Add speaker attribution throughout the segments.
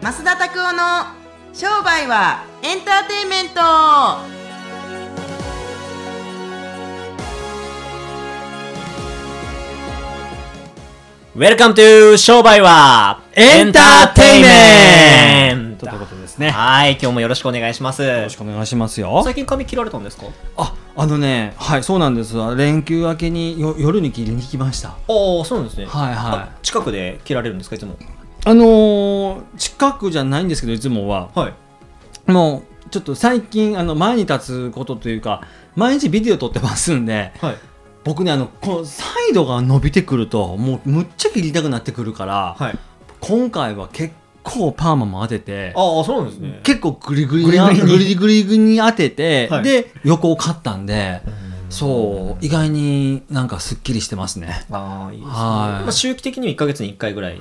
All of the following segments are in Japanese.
Speaker 1: 増田拓夫の商売はエンターテインメント
Speaker 2: ウェルカム to 商売は
Speaker 3: エンターテイメント
Speaker 2: エ
Speaker 3: と
Speaker 2: ンター
Speaker 3: いうこ
Speaker 2: テイ
Speaker 3: とです
Speaker 2: メント
Speaker 3: ね。よ
Speaker 2: はい、今日もよろしくお願いします。
Speaker 3: ろしくお願いしますよ。
Speaker 2: 最近髪切られたんですか
Speaker 3: あ、あのね、はい、そうなんです。連休明けによ夜に切りに来ました。
Speaker 2: ああ、そうなんですね。
Speaker 3: はいは
Speaker 2: あ近くで切られるんですか、いつも。
Speaker 3: い。あのー近くじゃないんですけど、いつもは。
Speaker 2: はい。
Speaker 3: もう、ちょっと最近、あの、前に立つことというか、毎日ビデオ撮ってますんで、
Speaker 2: はい。
Speaker 3: 僕ね、あの、このサイドが伸びてくると、もう、むっちゃ切りたくなってくるから、
Speaker 2: はい。
Speaker 3: 今回は結構パーマも当てて、
Speaker 2: ああ、そうなんですね。
Speaker 3: 結構グリグリにあグリグリグリに当てて、
Speaker 2: はい
Speaker 3: で横を刈ったんでそう意外になんかすっきりしてますね
Speaker 2: ああ、いいですね。
Speaker 3: はい
Speaker 2: まあ、周期的には1ヶ月に1回ぐらい。
Speaker 3: い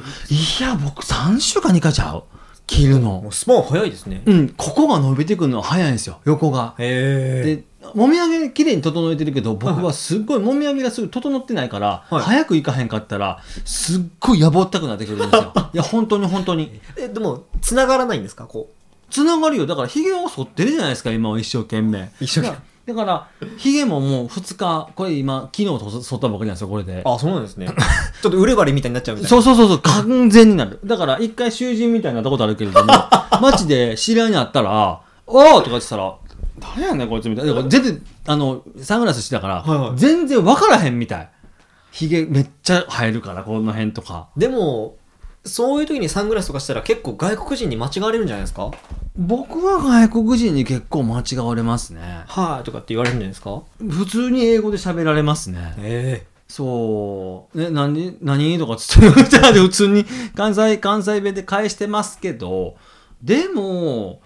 Speaker 3: や僕3週間にかちゃう切る
Speaker 2: も
Speaker 3: の
Speaker 2: うスパン早いですね。
Speaker 3: うんここが伸びてくるのは早いんですよ横が
Speaker 2: へえ。
Speaker 3: でもみあげ綺麗に整えてるけど僕はすっごいもみあげがすぐ整ってないから、
Speaker 2: はい
Speaker 3: 早く行かへんかったらすっごいやぼったくなってくるん ですよいや本当に本当に
Speaker 2: え、でも、繋がらないんですかこ
Speaker 3: つながるよだからひげを剃ってるじゃないですか今は一生懸命
Speaker 2: う。一緒に。
Speaker 3: だだから、ヒゲももう2日、これ今、昨日剃ったばかりなんですよ、これで。
Speaker 2: ああ、そうなんです ね。ちょっとウレバリみたいになっちゃうみたいな。
Speaker 3: そうそうそうそう、完全になる。だから、一回囚人みたいになったことあるけれ ども、街で知り合いに会ったら、おーとか言ってたら、誰やねん、こいつみたいな。だから全然、あの、サングラスしてたか
Speaker 2: は
Speaker 3: ら、
Speaker 2: いはい
Speaker 3: 全然分からへんみたい。ヒゲめっちゃ生えるから、この辺とか。
Speaker 2: でも、そういう時にサングラスとかしたら結構外国人に間違われるんじゃないですか
Speaker 3: 僕は外国人に結構間違われますね。
Speaker 2: はいとかって言われるんじゃないですか
Speaker 3: 普通に英語で喋られますね。
Speaker 2: え
Speaker 3: そう。ね、何、何とかつって、じゃあ普通に関西、関西弁で返してますけど、でも、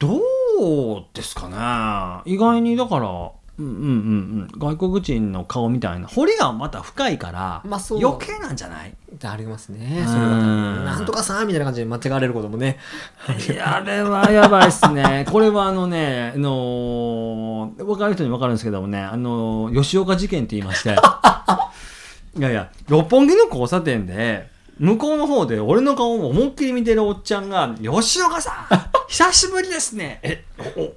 Speaker 3: どうですかね。意外に、だから、うんうんうんうん、外国人の顔みたいな。彫りがまた深いから、
Speaker 2: まあそう
Speaker 3: 余計なんじゃない
Speaker 2: えありますね
Speaker 3: うん
Speaker 2: それはなんとかさんみたいな感じで間違われることもね
Speaker 3: いやあれはやばいっすね。 これはあのね、あのー、分かる人に分かるんですけどもね、あのー吉岡事件って言いまして、 いやいや、六本木の交差点で、向こうの方で俺の顔を思いっきり見てるおっちゃんが、吉岡さん久しぶりですねえ、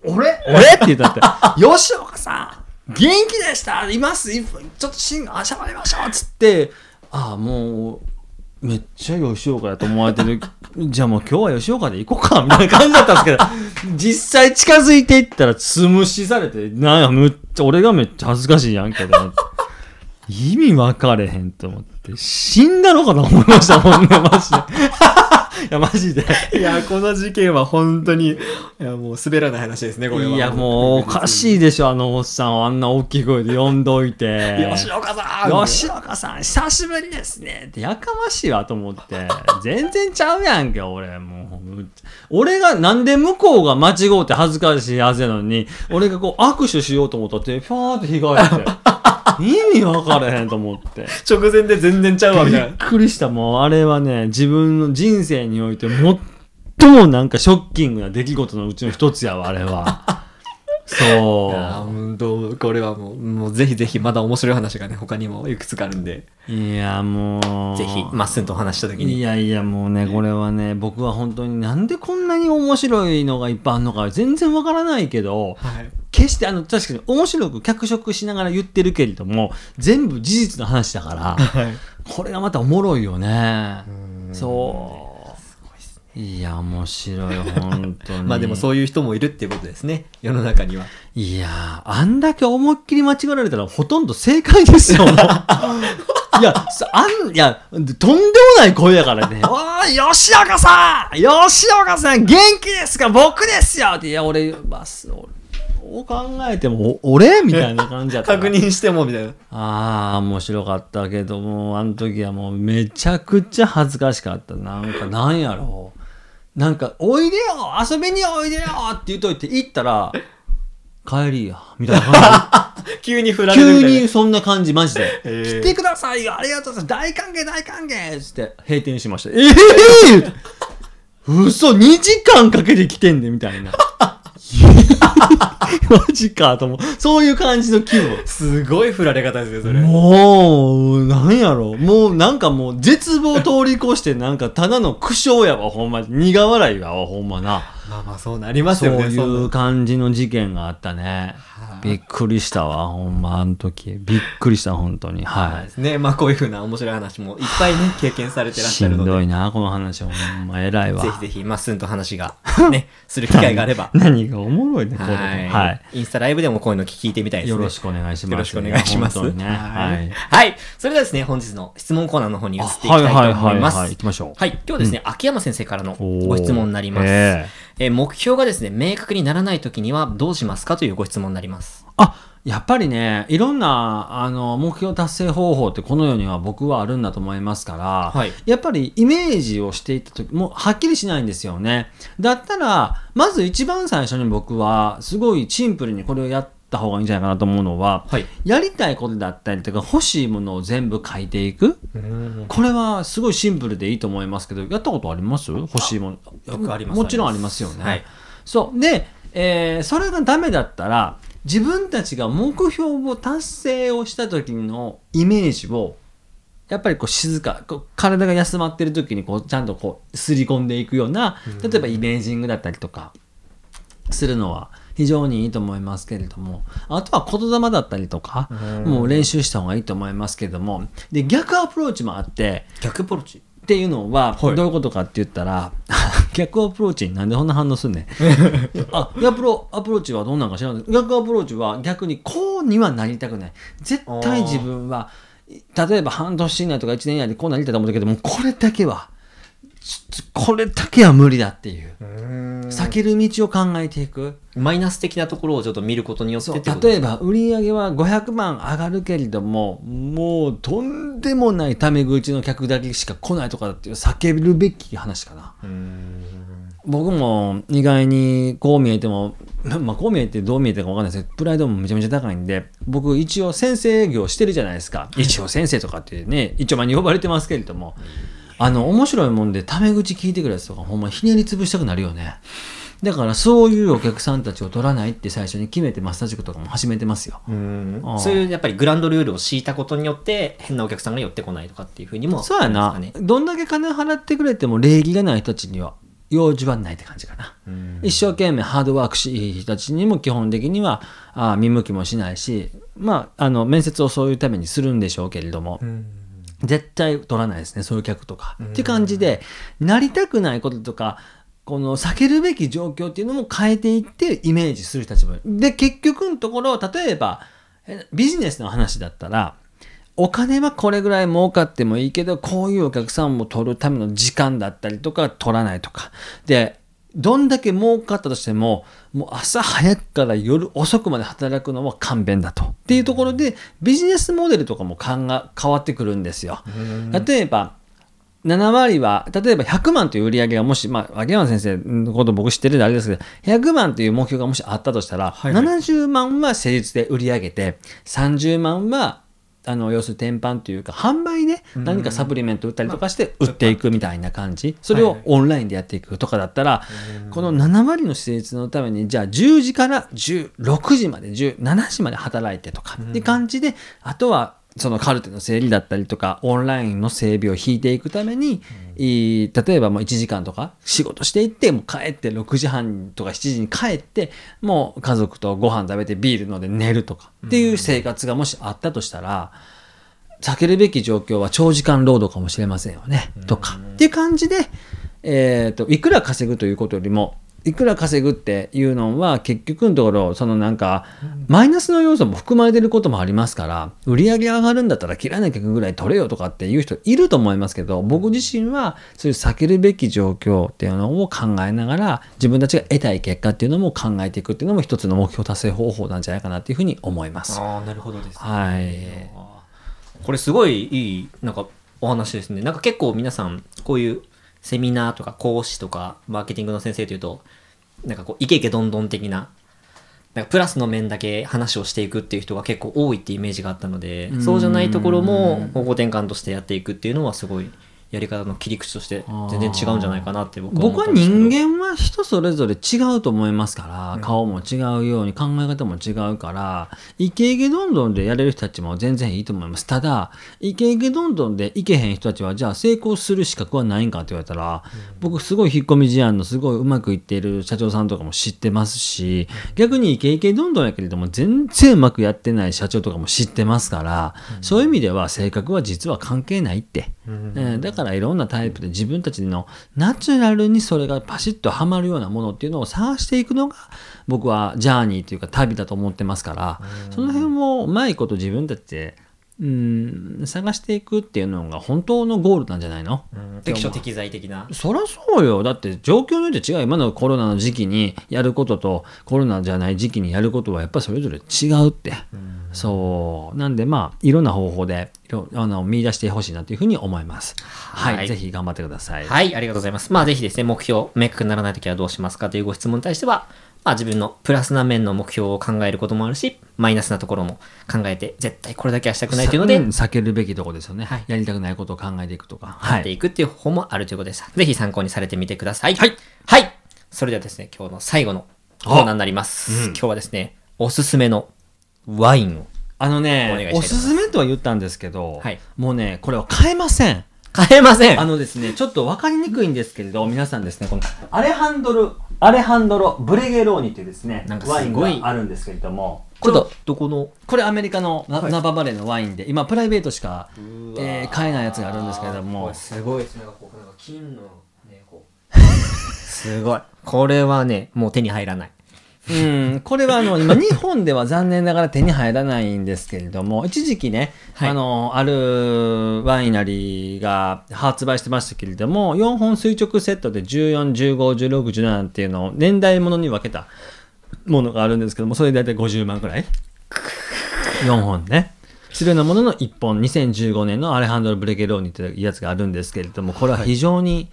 Speaker 3: お、お俺俺って言ったって、 吉岡さん元気でしたいますいちょっとシンあしゃばりましょうつって、ああ、もう、めっちゃ吉岡やと思われてる。 じゃあもう今日は吉岡で行こうか、みたいな感じだったんですけど、 実際近づいていったら、つむしされて、なんや、むっちゃ、俺がめっちゃ恥ずかしいやんけど、意味分かれへんと思って、死んだのかと思いましたもんね、マジで。 いや、マジで。
Speaker 2: いやこの事件は本当にいやもう滑らない話ですねこれはい
Speaker 3: や、もうおかしいでしょ、あのおっさんをあんな大きい声で呼んど いて。
Speaker 2: 吉岡さん
Speaker 3: 吉岡さん、久しぶりですねって、やかましいわと思って、全然ちゃうやんけ、俺、もう。俺が、なんで向こうが間違うて恥ずかしいはずやのに、俺がこう握手しようと思ったって、ファーって被害して、意味分からへんと思って。
Speaker 2: 直前で全然ちゃうわみ
Speaker 3: び
Speaker 2: た い
Speaker 3: っ
Speaker 2: な
Speaker 3: くりした、もう、あれはね、自分の人生において、最もなんかショッキングな出来事のうちの一つやわ、あれは。そ
Speaker 2: あ
Speaker 3: う。
Speaker 2: 本当これはもうもうぜひぜひまだ面白い話がね他にもいくつかあるんで
Speaker 3: いや、もう。
Speaker 2: ぜひまっすんとお話した時
Speaker 3: い
Speaker 2: に
Speaker 3: やいやもうねこれはね僕は本当になんでこんなに面白いのがいっぱいあるのか全然わからないけど
Speaker 2: はい
Speaker 3: 決してあの確かに面白く脚色しながら言ってるけれども全部事実の話だから
Speaker 2: はい
Speaker 3: これがまたおもろいよねそういや面白い本当 に
Speaker 2: まあでもそういう人もいるっていうことですね世の中にはい
Speaker 3: やー、あんだけ思いっきり間違われたらほとんど正解です よ、もういや、そあん、いや、とんでもない声やから ね。わー、吉岡さん吉岡さん、元気ですか僕ですよって、いや、俺、まあ、そうそう考えても、お俺みたいな感じやったな。
Speaker 2: 確認してもみたいな
Speaker 3: ああ、面白かったけども、あの時はもうめちゃくちゃ恥ずかしかった。なん か、なんやろう。なんか、おいでよ遊びにおいでよって言っといて、行ったら、帰りや。みたいな 感
Speaker 2: 急に振ら
Speaker 3: じ。
Speaker 2: れるみ
Speaker 3: 急
Speaker 2: たいな
Speaker 3: にそんな感じ、マジで。
Speaker 2: へー
Speaker 3: 来てくださいよありがとうございます大歓迎大歓迎つって、閉店し ました。ええ ー嘘 !2 時間かけて来てんで、みたいな。 マジかと思う。そういう感じの気分。
Speaker 2: すごい振られ方ですよ、それ。
Speaker 3: もう、なんやろ。もう、なんかもう、絶望通り越して、なんか、ただの苦笑やわ、ほんま。苦笑いやわ、ほんまな。
Speaker 2: まあまあ、そうなります
Speaker 3: そう
Speaker 2: よね、
Speaker 3: い
Speaker 2: そんな
Speaker 3: う感じの事件があったね。びっくりしたわ、ほんま、あの時。びっくりした、本当に。は
Speaker 2: ですね。まあ、こういうふうな面白い話もいっぱいね、経験され
Speaker 3: い。
Speaker 2: てらっし
Speaker 3: し
Speaker 2: ゃる
Speaker 3: ん
Speaker 2: の
Speaker 3: ど
Speaker 2: で、
Speaker 3: いな、この話。ほんま、偉いわ。。
Speaker 2: ぜひぜひ、まっすんと話が、 ね、する機会があれば
Speaker 3: 何がおもろいね、これ。
Speaker 2: はい,、
Speaker 3: は
Speaker 2: インスタライブでもこういうの聞いてみたい
Speaker 3: い。
Speaker 2: ですね。
Speaker 3: よろしくお願いします。
Speaker 2: よろしくお願いします。
Speaker 3: 本当にね。
Speaker 2: は
Speaker 3: はいい。
Speaker 2: はい。それではですね、本日の質問コーナーの方に移
Speaker 3: あ
Speaker 2: っていきたいと思います。
Speaker 3: 行きましょう。
Speaker 2: はい。今日はですね、秋山先生からのご質問になります。
Speaker 3: え
Speaker 2: えー目標がですね、明確にならないときにはどうしますかというご質問になります。
Speaker 3: あやっぱりね、いろんなあの目標達成方法ってこの世には僕はあるんだと思いますから、
Speaker 2: はい
Speaker 3: やっぱりイメージをしていった時もうはっきりしないんですよね。だったら、まず一番最初に僕はすごいシンプルにこれをやった方がいいんじゃないかなと思うのは、
Speaker 2: はい。
Speaker 3: やりたいことだったりとか欲しいものを全部書いていく。これはすごいシンプルでいいと思いますけど、やったことあります欲しいもの。
Speaker 2: 僕あります
Speaker 3: もちろんありますよね。
Speaker 2: はい
Speaker 3: そう。で、えーそれがダメだったら、自分たちが目標を達成をした時のイメージを、やっぱりこう静か、こう体が休まってる時にこうちゃんとこうすり込んでいくような、例えばイメージングだったりとか、するのは非常にいいと思いますけれどもあとは言霊だったりとか
Speaker 2: うん
Speaker 3: もう練習した方がいいと思いますけれどもで逆アプローチもあって
Speaker 2: 逆ポロチ。
Speaker 3: っていうのは
Speaker 2: はい
Speaker 3: どういうことかって言ったら、 逆アプローチになんでこんな反応す んねんあ逆ロアプローチはどんなんか知らない逆アプローチは逆にこうにはなりたくない絶対自分は例えば半年以内とか1年以内でこうなりたいと思ったけどもこれだけはちょっとこれだけは無理だっていう避ける道を考えていく。
Speaker 2: マイナス的なところをちょっと見ることによって
Speaker 3: そ
Speaker 2: って
Speaker 3: う
Speaker 2: ことですね
Speaker 3: 例えば売り上げは500万上がるけれどももうとんでもないタメ口の客だけしか来ないとかっていう叫るべき話かな僕も意外にこう見えても、 まあ、こう見えてどう見えてるか分かんないですけどプライドもめちゃめちゃ高いんで僕一応先生業してるじゃないですか一応先生とかってね一応まあに呼ばれてますけれどもあの面白いもんでタメ口聞いてくるやつとかほんまひねり潰したくなるよね。だからそういうお客さんたちを取らないって最初に決めてマッサージ塾とかも始めてますよ。
Speaker 2: うん
Speaker 3: あー
Speaker 2: そういうやっぱりグランドルールを敷いたことによって変なお客さんが寄ってこないとかっていうふうにも
Speaker 3: そうや
Speaker 2: あ
Speaker 3: な
Speaker 2: りますかね
Speaker 3: どんだけ金払ってくれても礼儀がない人たちには用事はないって感じかな。一生懸命ハードワークしいい人たちにも基本的にはあー見向きもしないし、まあ、あの面接をそういうためにするんでしょうけれども、絶対取らないですねそういう客とか。って感じでなりたくないこととかこの避けるべき状況っていうのも変えていってイメージする人たちもいるで結局のところ例えばえビジネスの話だったらお金はこれぐらい儲かってもいいけどこういうお客さんも取るための時間だったりとか取らないとかでどんだけ儲かったとしてももう朝早くから夜遅くまで働くのは勘弁だとっていうところでビジネスモデルとかも考え変わってくるんですよ。例えば7割は、例えば100万という売り上げがもし、まあ、秋山先生のこと僕知ってるんであれですけど、100万という目標がもしあったとしたら、
Speaker 2: はいはい
Speaker 3: 70万は施術で売り上げて、30万は、あの、要するに転販というか、販売で何かサプリメント売ったりとかして売っていくみたいな感じ。それをオンラインでやっていくとかだったら、この7割の施術のために、じゃあ10時から16時まで、17時まで働いてとかって感じで、あとはそのカルテの整理だったりとかオンラインの整備を引いていくために、いい例えばもう1時間とか仕事していってもう帰って6時半とか7時に帰ってもう家族とご飯食べてビール飲んで寝るとかっていう生活がもしあったとしたら、避けるべき状況は長時間労働かもしれませんよね、とかっていう感じで、えー、といくら稼ぐということよりもいくら稼ぐっていうのは結局のところそのなんかマイナスの要素も含まれてることもありますから売り上げ上がるんだったら嫌いな客ぐらい取れよとかっていう人いると思いますけど僕自身はそういう避けるべき状況っていうのを考えながら自分たちが得たい結果っていうのも考えていくっていうのも一つの目標達成方法なんじゃないかなっていうふうに思います。
Speaker 2: あーなるほどです、ね、
Speaker 3: はい
Speaker 2: これすごいいいなんかお話ですねなんか結構皆さんこういうセミナーとか講師とかマーケティングの先生というとなんかこうイケイケどんどん的ななんかプラスの面だけ話をしていくっていう人が結構多いってイメージがあったのでそうじゃないところも方向転換としてやっていくっていうのはすごいやり方の切り口として全然違うんじゃないかなって僕は
Speaker 3: 僕
Speaker 2: 思っ
Speaker 3: は
Speaker 2: たんですけど
Speaker 3: 人間は人それぞれ違うと思いますから、顔も違うように考え方も違うからイケイケどんどんでやれる人たちも全然いいと思いますただイケイケどんどんでいけへん人たちはじゃあ成功する資格はないんかって言われたら、僕すごい引っ込み思案のすごいうまくいっている社長さんとかも知ってますし逆にイケイケどんどんやけれども全然うまくやってない社長とかも知ってますから、そういう意味では性格は実は関係ないって。えーだからいろんなタイプで自分たちのナチュラルにそれがパシッとはまるようなものっていうのを探していくのが僕はジャーニーというか旅だと思ってますからその辺もうまいこと自分たちでうん探していくっていうのが本当のゴールなんじゃないの
Speaker 2: うん適所適材的な
Speaker 3: そりゃそうよ。だって状況によって違う。今のコロナの時期にやることとコロナじゃない時期にやることはやっぱそれぞれ違うって。そう。なんでまあいろんな方法でいろあの見出してほしいなというふうに思います。はい。
Speaker 2: はい
Speaker 3: ぜひ頑張ってください。
Speaker 2: はい、ありがとうございます。まあ、ぜひですね、目標、明確にならないときはどうしますかというご質問に対しては、まあ、自分のプラスな面の目標を考えることもあるし、マイナスなところも考えて、絶対これだけはしたくないというので、
Speaker 3: ん避けるべきとこですよね、
Speaker 2: はい
Speaker 3: やりたくないことを考えていくとか。
Speaker 2: や
Speaker 3: は
Speaker 2: って
Speaker 3: い。
Speaker 2: いくっていう方法もあるということでした。ぜひ参考にされてみてください。
Speaker 3: はい。
Speaker 2: はい。それではですね、今日の最後のコーナーになります。今日はですね、おすすめのワインを
Speaker 3: あの
Speaker 2: お願いした
Speaker 3: ね
Speaker 2: いと思い、
Speaker 3: お
Speaker 2: ます
Speaker 3: すすめとは言ったんですけど、
Speaker 2: はい
Speaker 3: もうね、これは変えません。
Speaker 2: 買えません。
Speaker 3: あのですね、ちょっと分かりにくいんですけれど、皆さんですね、このアレハンドル、アレハンドロ・ブレゲローニというですね、
Speaker 2: なんか
Speaker 3: ワ
Speaker 2: す
Speaker 3: イン
Speaker 2: ごい
Speaker 3: があるんですけれども、
Speaker 2: ちょっと、どこの、
Speaker 3: これアメリカのナ,、ババレーのワインで、今プライベートしか、えー買えないやつがあるんですけれども、
Speaker 2: すごいですね。なんかこう、なんか金の、ね、こう。すごい。これはね、もう手に入らない。
Speaker 3: うん、これはあの、今日本では残念ながら手に入らないんですけれども、一時期ね、
Speaker 2: はい
Speaker 3: あの、あるワイナリーが発売してましたけれども、4本垂直セットで14、15、16、17っていうのを年代ものに分けたものがあるんですけども、それで大体50万くらい。4本ね。それのものの1本、2015年のアレハンドロ・ブレゲローニというやつがあるんですけれども、これは非常に、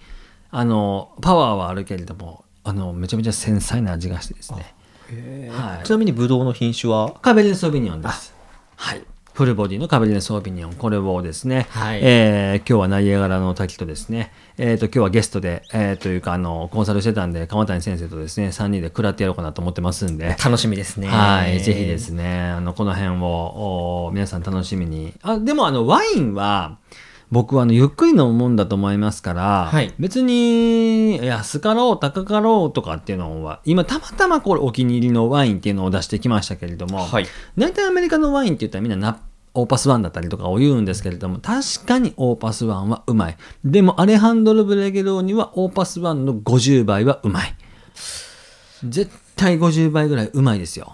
Speaker 3: あの、パワーはあるけれども、あの、めちゃめちゃ繊細な味がしてですね。はい
Speaker 2: ち。なみにブドウの品種は
Speaker 3: カベルネ・ソービニョンです。はい。フルボディのカベルネ・ソービニョン、これをですね、
Speaker 2: はい
Speaker 3: えー今日はナイアガラの滝とですね、えーと、今日はゲストで、えーというか、あの、コンサルしてたんで、鎌谷先生とですね、3人で食らってやろうかなと思ってますんで、
Speaker 2: 楽しみですね。
Speaker 3: はい、ぜひですね、あの、この辺を、お皆さん楽しみに。あ、でもあの、ワインは、僕はあの、ゆっくり飲むもんだと思いますから、
Speaker 2: はい
Speaker 3: 別に、安かろう、高かろうとかっていうのは、今、たまたまこれお気に入りのワインっていうのを出してきましたけれども、
Speaker 2: はい。
Speaker 3: 大体アメリカのワインって言ったらみんなナオーパスワンだったりとかを言うんですけれども、確かにオーパスワンはうまい。でも、アレハンドル・ブレゲローニはオーパスワンの50倍はうまい。絶対50倍ぐらいうまいですよ。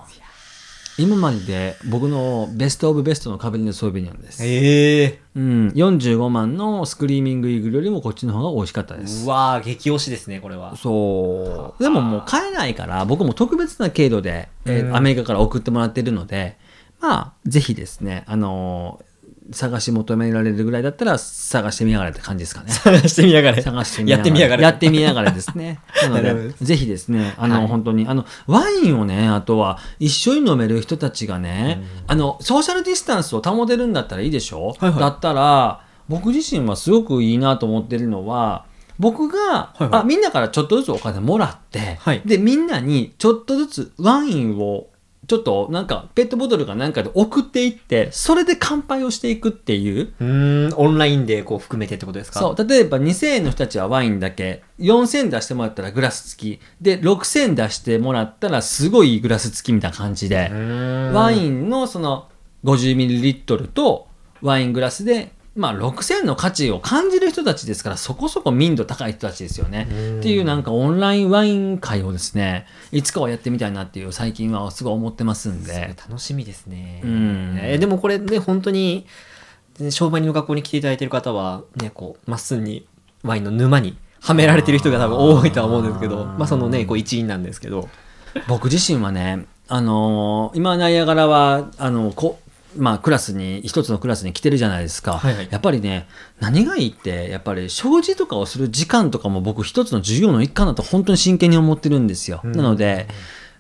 Speaker 3: 今までで僕のベストオブベストのカベリネ・ソーベニョンです。
Speaker 2: ええ
Speaker 3: うん、45万のスクリーミングイーグルよりもこっちの方が美味しかったです
Speaker 2: う。わー、激推しですね、これは。
Speaker 3: そう。でももう買えないから、僕も特別な経度で、えーアメリカから送ってもらってるので、まあ、ぜひですね、あのー探し求められるぐらいだったら、探してみやがれって感じですかね。
Speaker 2: 探 してみやがれ。
Speaker 3: 探してみ
Speaker 2: やってみやがれ。
Speaker 3: やってみやがれですね。 なの
Speaker 2: なるほど
Speaker 3: で、
Speaker 2: で
Speaker 3: ぜひですね、あの、
Speaker 2: はい
Speaker 3: 本当に、あの、ワインをね、あとは、一緒に飲める人たちがね、あの、ソーシャルディスタンスを保てるんだったらいいでしょ、
Speaker 2: はいはい
Speaker 3: だったら、僕自身はすごくいいなと思ってるのは、僕が、
Speaker 2: はいはい
Speaker 3: あみんなからちょっとずつお金もらって、
Speaker 2: はい
Speaker 3: で、みんなにちょっとずつワインを、ちょっとなんかペットボトルかなんかで送っていって、それで乾杯をしていくっていう、
Speaker 2: うーん、オンラインでこう含めてってことですか
Speaker 3: そう例えば2000円の人たちはワインだけ4000円出してもらったらグラス付きで6000円出してもらったらすごいグラス付きみたいな感じで
Speaker 2: う、ーん。
Speaker 3: ワインのその 50ml とワイングラスで、まあ、6000円の価値を感じる人たちですからそこそこ民度高い人たちですよね
Speaker 2: うん
Speaker 3: っていうなんかオンラインワイン会をですねいつかはやってみたいなっていう最近はすごい思ってますんで。
Speaker 2: 楽しみですね。
Speaker 3: うん
Speaker 2: えーでもこれね、本当に、ね商売人の学校に来ていただいている方は、ね、こう、まっすぐにワインの沼にはめられてる人が多分多いとは思うんですけど、
Speaker 3: あー
Speaker 2: まあそのね、こう一員なんですけど。
Speaker 3: 僕自身はね、あのー今ナイアガラはあのこまあクラスに一つのクラスに来てるじゃないですか、
Speaker 2: はいはい
Speaker 3: やっぱりね何がいいってやっぱり障子とかをする時間とかも僕一つの授業の一環だと本当に真剣に思ってるんですよ、
Speaker 2: うん
Speaker 3: なので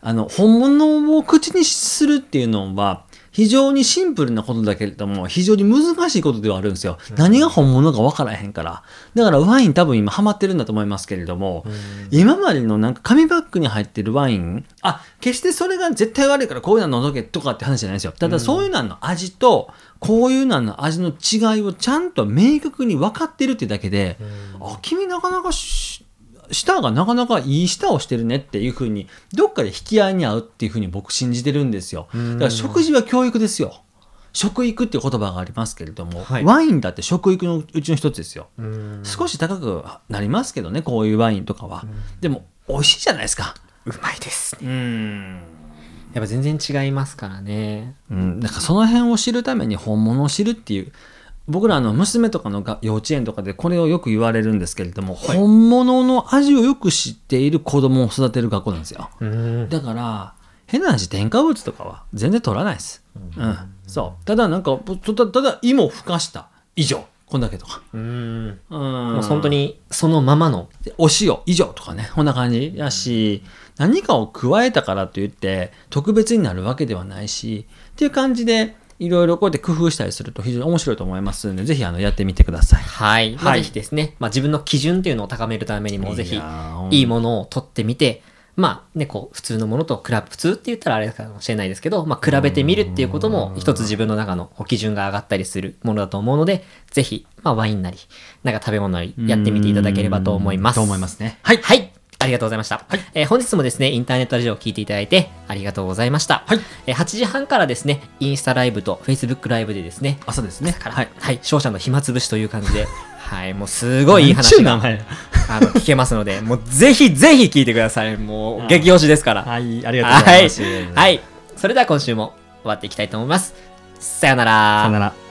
Speaker 3: あの本物を口にするっていうのは非常にシンプルなことだけれども、非常に難しいことではあるんですよ。何が本物か分からへんから。だからワイン多分今ハマってるんだと思いますけれども、今までのなんか紙バッグに入ってるワイン、あ、決してそれが絶対悪いからこういうのは除けとかって話じゃないですよ。ただそういうのの味と、こういうのの味の違いをちゃんと明確に分かってるってだけで、あ、君なかなかし舌がなかなかいい舌をしてるねっていうふうにどっかで引き合いに合うっていうふうに僕信じてるんですよだから食事は教育ですよ食育っていう言葉がありますけれども、
Speaker 2: はい
Speaker 3: ワインだって食育のうちの一つですよ、
Speaker 2: うん
Speaker 3: 少し高くなりますけどねこういうワインとかは、でも美味しいじゃないですか
Speaker 2: うまいですね
Speaker 3: うん
Speaker 2: やっぱ全然違いますからね
Speaker 3: うん、なんかその辺を知るために本物を知るっていう僕らあの娘とかのが幼稚園とかでこれをよく言われるんですけれども、本物の味をよく知っている子供を育てる学校なんですよ
Speaker 2: うん
Speaker 3: だから変な話添加物とかは全然取らないです、うんそうただなんかぼただただ芋をふかした以上こんだけとか
Speaker 2: うん
Speaker 3: うん
Speaker 2: もう本当にそのままの
Speaker 3: でお塩以上とかねこんな感じやし何かを加えたからといって特別になるわけではないしっていう感じでいろいろこうやって工夫したりすると非常に面白いと思いますのでぜひあのやってみてください。
Speaker 2: はい、まあ
Speaker 3: はい
Speaker 2: ぜひですね、まあ、自分の基準っていうのを高めるためにもぜ
Speaker 3: い
Speaker 2: ひ
Speaker 3: やー
Speaker 2: いいものを取ってみてまあねこう普通のものと比べ普通って言ったらあれかもしれないですけど、まあ、比べてみるっていうことも一つ自分の中のこう基準が上がったりするものだと思うのでぜひ、まあ、ワインなりなんか食べ物なりやってみていただければと思います。
Speaker 3: と思いますね。
Speaker 2: はい。はい。ありがとうございました。えー本日もですね、インターネットラジオを聞いていただいてありがとうございました。
Speaker 3: はい
Speaker 2: えー8時半からですね、インスタライブと Facebook ライブでですね、
Speaker 3: 朝ですね。
Speaker 2: から、
Speaker 3: は
Speaker 2: はい
Speaker 3: い。、
Speaker 2: 勝者の暇つぶしという感じで、はい、もうすごいいい
Speaker 3: なんちゅ
Speaker 2: 話
Speaker 3: う
Speaker 2: が
Speaker 3: 名前。
Speaker 2: あの聞けますので、もうぜひぜひ聞いてください。も
Speaker 3: は
Speaker 2: う
Speaker 3: い
Speaker 2: 激推しですから。はい、
Speaker 3: はい。ありがとうござ
Speaker 2: はいい
Speaker 3: ます。。
Speaker 2: それでは今週も終わっていきたいと思います。さよなら。
Speaker 3: さよなら。